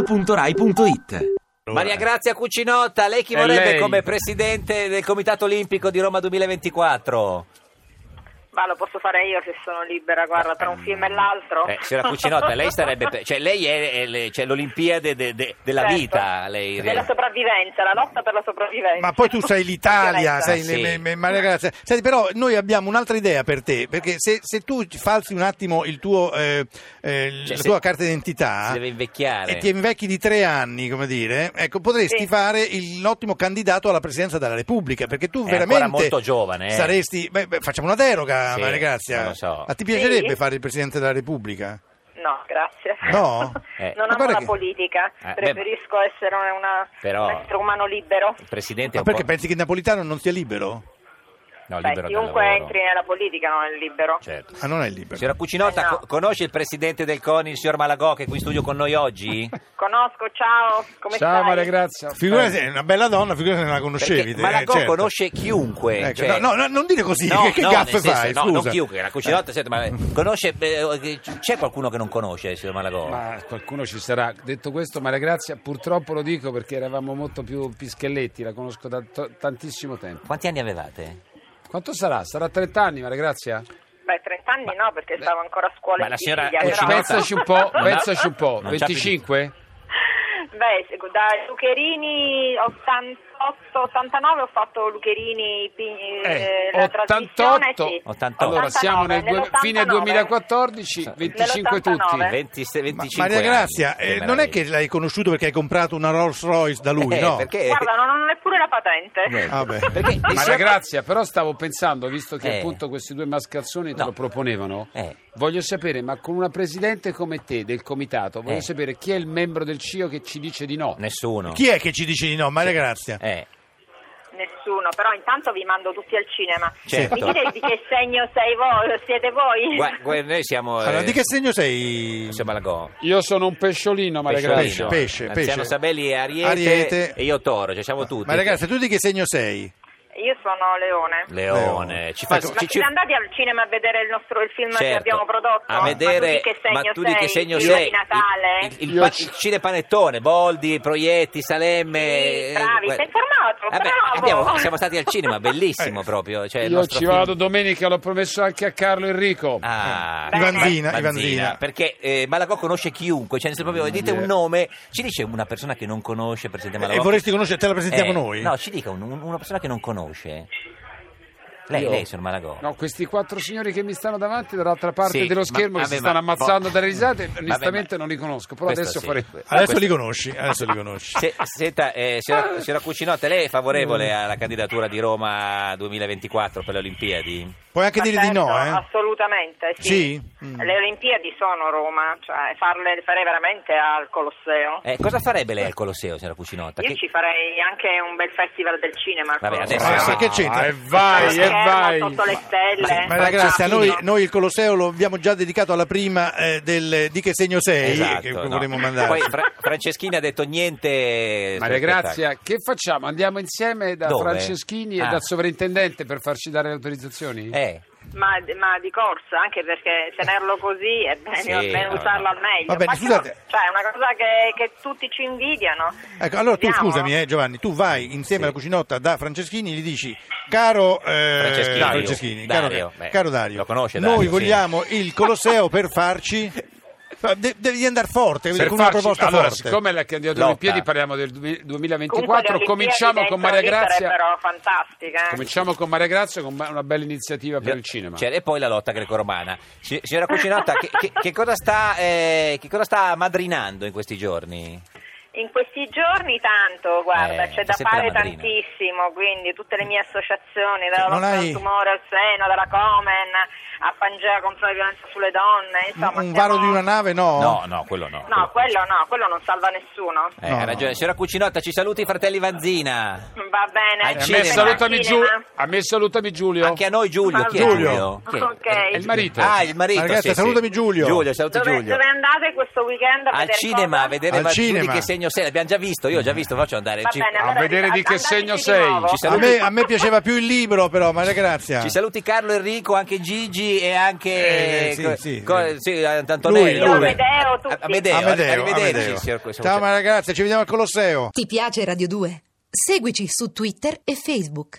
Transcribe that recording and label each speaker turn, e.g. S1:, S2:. S1: radio2pod.rai.it
S2: Maria Grazia Cucinotta, lei chi
S3: E
S2: vorrebbe
S3: lei?
S2: come presidente del Comitato Olimpico di Roma 2024?
S4: Ma lo posso fare io se sono libera, guarda, tra un film e l'altro.
S2: Eh, signora Cucinotta, lei sarebbe. per- Cioè, lei è, è le- cioè, l'Olimpiade de- de- della
S4: Certo.
S2: vita. Lei
S4: Della sopravvivenza, la lotta per la sopravvivenza.
S3: Ma poi tu sei l'Italia,
S4: Violenza.
S3: sei
S2: Sì.
S3: le- me- me- Maria Grazia. Senti, però noi abbiamo un'altra idea per te, perché se, se tu falsi un attimo il tuo, eh, eh,
S2: Cioè,
S3: la
S2: se-
S3: tua carta d'identità
S2: si deve invecchiare.
S3: Ah. e ti invecchi di tre anni, come dire, ecco, potresti
S4: Sì.
S3: fare il- l'ottimo candidato alla presidenza della Repubblica, perché tu
S2: È
S3: veramente
S2: ancora molto giovane, eh.
S3: saresti... beh, beh, facciamo una deroga,
S2: Sì,
S3: Maria Grazia.
S2: non lo so.
S3: Ma ti piacerebbe
S4: Sì.
S3: fare il presidente della Repubblica?
S4: No, grazie.
S3: No?
S2: Eh.
S4: Non amo
S3: Ma guarda
S4: la
S3: che-
S4: politica,
S2: Eh, beh,
S4: preferisco essere una-
S2: però-
S4: un essere umano libero.
S2: Il presidente è
S3: Ma
S2: un
S3: perché
S2: po'-
S3: pensi che Napolitano non sia libero?
S2: No,
S4: Beh,
S2: libero dal
S4: chiunque
S2: lavoro.
S4: entri nella politica non è libero.
S2: Certo.
S3: Ah, non è libero.
S2: Signora Cucinotta,
S4: Eh, no.
S2: co- conosce il presidente del CONI, il signor Malagò, che è qui in studio con noi oggi?
S4: Conosco, ciao, come
S5: Ciao
S4: stai?
S5: Maria Grazia.
S3: Figurati, è una bella donna, figurati se non la conoscevi.
S2: Perché
S3: te,
S2: Malagò
S3: eh, certo.
S2: conosce chiunque.
S3: Ecco,
S2: cioè-
S3: no, no, no, non dire così,
S2: No,
S3: che, che
S2: no,
S3: gaffe
S2: nel senso-
S3: fai?
S2: No,
S3: scusa. Eh.
S2: non chiunque, la Cucinotta, senti, ma conosce, eh, c'è qualcuno che non conosce, signor Malagò?
S5: Ma qualcuno ci sarà. Detto questo, Maria Grazia, purtroppo lo dico perché eravamo molto più pischelletti, la conosco da to- tantissimo tempo.
S2: Quanti anni avevate?
S5: Quanto sarà? Sarà 30 anni, Maria Grazia?
S4: Beh, 30 anni no, perché stavo ancora a scuola
S2: ma
S4: in
S2: la signora
S4: Sicilia,
S2: Eh,
S4: però-
S2: Cucinotta-
S5: pensaci un po',
S2: No.
S5: pensaci un po'.
S2: Non c'ha più
S5: 25?
S4: Beh, se- da Lucherini 88, 89 ho fatto Lucherini pi- eh,
S5: Eh,
S4: la
S5: 88.
S4: trasmissione, sì.
S2: 88.
S5: Allora, siamo nel due-
S4: 89,
S5: fine 2014, 25 tutti.
S4: 89.
S2: 20,
S3: Ma-
S2: 25
S3: Maria
S2: anni.
S3: Grazia,
S2: Che
S3: eh, non è
S2: meraviglia.
S3: che l'hai conosciuto perché hai comprato una Rolls Royce da lui,
S2: Eh,
S3: no?
S2: Perché...
S4: Guarda, non ho neppure la patente.
S2: Eh,
S3: Ah, beh.
S2: perché il
S5: Maria
S2: signor-
S5: Grazia, però stavo pensando, visto che
S2: Eh.
S5: appunto questi due mascalzoni te
S2: No.
S5: lo proponevano,
S2: Eh.
S5: voglio sapere, ma con una presidente come te del comitato, voglio
S2: Eh.
S5: sapere chi è il membro del CIO che ci dice di no.
S2: Nessuno.
S3: Chi è che ci dice di no, Maria Grazia?
S2: Eh,
S4: Nessuno, però intanto vi mando tutti al cinema.
S2: Certo.
S4: Mi chiedete di che segno sei voi, siete voi?
S2: gua- gua- noi siamo...
S3: Allora,
S2: eh,
S3: di che segno sei?
S2: siamo alla Go.
S5: Io sono un pesciolino, Maria
S2: Pesciolino.
S5: Grazia.
S3: pesce,
S2: L'anziano
S3: pesce.
S2: Sabelli è Ariete,
S3: Ariete.
S2: e io Toro, cioè siamo tutti.
S3: Maria Grazia, tu di che segno sei?
S4: Io sono Leone.
S2: Leone, ci fa...
S3: Ecco,
S4: Ma
S2: ci- ci-
S4: siete andati al cinema a vedere il, nostro, il film che
S2: Certo.
S4: abbiamo prodotto?
S2: a vedere
S4: ma tu di che segno
S2: sei?
S4: sei? Il film di Natale?
S2: il, il, il,
S5: Io
S2: pa-
S5: ci-
S2: il cinepanettone Boldi Proietti Salemme
S4: Sì, bravi,
S2: eh,
S4: sei informato,
S2: Eh beh,
S4: bravo.
S2: abbiamo- siamo stati al cinema
S3: Eh,
S2: bellissimo proprio cioè, il
S5: Io
S2: nostro
S5: ci
S2: film.
S5: vado domenica, l'ho promesso anche a Carlo Enrico.
S2: Ah,
S4: Bene.
S3: Ivanzina,
S2: Banzina,
S3: Ivanzina.
S2: perché eh, Malagò conosce chiunque, cioè nel senso proprio dite un
S5: Yeah.
S2: nome, ci dice una persona che non conosce Presidente Malagò.
S3: E vorresti conoscere, te la presentiamo
S2: Eh,
S3: noi?
S2: No, ci dica un- un- una persona che non conosce. Lei,
S5: Io?
S2: lei, signor Malagò.
S5: No, questi quattro signori che mi stanno davanti dall'altra parte
S2: Sì,
S5: dello
S2: ma-
S5: schermo che
S2: vabbè,
S5: si
S2: ma-
S5: stanno ammazzando
S2: boh.
S5: dalle risate,
S2: Vabbè,
S5: onestamente
S2: ma-
S5: non li conosco, però
S2: Questo
S5: adesso
S2: sì.
S5: farei...
S3: Adesso li conosci, adesso li conosci.
S2: Se- senta, eh, signora, signora Cucinotta, lei è favorevole alla candidatura di Roma 2024 per le Olimpiadi?
S3: Puoi anche
S4: Ma
S3: dire di
S4: certo,
S3: no, eh?
S4: Assolutamente, sì.
S3: Sì? Mm.
S4: Le Olimpiadi sono Roma, cioè farle le farei veramente al Colosseo.
S2: Eh, cosa farebbe lei al Colosseo, signora Cucinotta?
S4: Io
S2: Che-
S4: ci farei anche un bel festival del cinema. al
S2: Vabbè,
S4: Colosseo.
S2: adesso-
S3: Ma-
S2: sì.
S3: ma che c'entra?
S5: Ah, e vai,
S4: Sotto
S5: e
S4: schermo,
S3: eh,
S5: vai.
S4: Sotto le stelle.
S3: Maria Grazia,
S4: Esatto.
S3: noi, noi il Colosseo lo abbiamo già dedicato alla prima eh, del di Eh, che segno sei
S2: Esatto,
S3: che
S2: no.
S3: vorremmo mandare.
S2: Poi Fra- Franceschini ha detto niente.
S5: Maria
S2: sul spettacolo.
S5: Grazia, che facciamo? Andiamo insieme da
S2: Dove?
S5: Franceschini e
S2: Ah.
S5: dal sovrintendente per farci dare le autorizzazioni?
S2: Eh,
S4: Ma, ma di corsa, anche perché tenerlo così è bene,
S2: Sì,
S4: è bene
S2: no,
S4: usarlo
S2: no.
S4: al meglio.
S3: Va bene,
S4: Ma che-
S3: scusate.
S4: Cioè, è una cosa che, che tutti ci invidiano.
S3: Ecco, allora tu
S4: Vediamo.
S3: scusami eh, Giovanni, tu vai insieme alla cucinotta da Franceschini e gli dici caro eh,
S2: Franceschini, Dario,
S3: Franceschini,
S2: Dario,
S3: caro,
S2: beh,
S3: caro Dario,
S2: lo conosce
S3: noi
S2: Dario, sì.
S3: vogliamo il Colosseo per farci... Ma de- devi andare forte,
S5: Per
S3: con
S5: farci-
S3: una proposta
S5: allora,
S3: forte.
S5: siccome la candidatura
S2: Lotta.
S5: alle Olimpiadi parliamo del du-
S4: Comunque le
S5: 2024,
S4: Olimpiadi
S5: cominciamo
S4: dentro
S5: con Maria
S4: lì
S5: Grazia.
S4: sarebbero fantastiche. eh.
S5: Cominciamo con Maria Grazia con ma- una bella iniziativa per il cinema.
S2: Cioè, e poi la lotta greco-romana. Si- Signora Cucinotta, che, che- che cosa sta, eh, che cosa sta madrinando in questi giorni?
S4: In questi giorni tanto, guarda,
S2: Eh,
S4: c'è da
S2: sempre la
S4: fare
S2: madrina. Mm.
S4: tantissimo, quindi tutte le mie associazioni, dalla
S3: non
S4: lotta
S3: hai-
S4: al tumore al seno, dalla Comen a Pangea contro la violenza sulle donne,
S3: Un,
S4: insomma...
S3: un
S4: stiamo-
S3: varo di una nave no?
S2: No, no, quello no.
S4: No, quello no, quello non salva nessuno.
S2: Eh,
S3: No,
S2: ha
S3: no.
S2: ragione. Signora Cucinotta, ci saluti i fratelli Vanzina.
S4: Va bene.
S2: Al
S5: E A
S2: cinema.
S5: me, salutami Giu-
S4: Cinema.
S5: a me salutami Giulio.
S2: Anche a noi
S4: Ah,
S2: Giulio. Chi è
S3: Giulio.
S2: Giulio? Chi è?
S4: Ok.
S5: È il marito.
S2: Ah, il marito.
S3: Ragazzi,
S2: sì, sì.
S3: salutami Giulio.
S2: Giulio, saluti
S4: Dove,
S2: Giulio.
S4: dove andate questo weekend? a
S2: Al
S4: vedere
S2: cinema
S4: cosa?
S2: a vedere
S3: Al
S2: ma Giulio
S3: cinema.
S2: di che segno sei. L'abbiamo già visto, io ho già visto, faccio andare.
S4: Va
S2: Ci,
S4: bene,
S5: A
S4: allora
S5: vedere di che
S4: andateci
S5: segno
S4: di
S5: sei.
S4: nuovo.
S2: Ci
S3: A me, a me piaceva più il libro però, ma grazie.
S2: ci saluti Carlo Enrico, anche Gigi e anche
S3: Eh, sì,
S2: co-
S3: sì,
S2: co-
S3: sì.
S2: sì, Antonello.
S3: Lui, lui.
S4: Amedeo, tutti.
S2: Amedeo,
S3: Amedeo,
S2: arrivederci,
S3: Amedeo.
S2: signor Cucinotta.
S3: Ciao ma ragazzi, ci vediamo al Colosseo.
S1: Ti piace Radio 2? Seguici su Twitter e Facebook.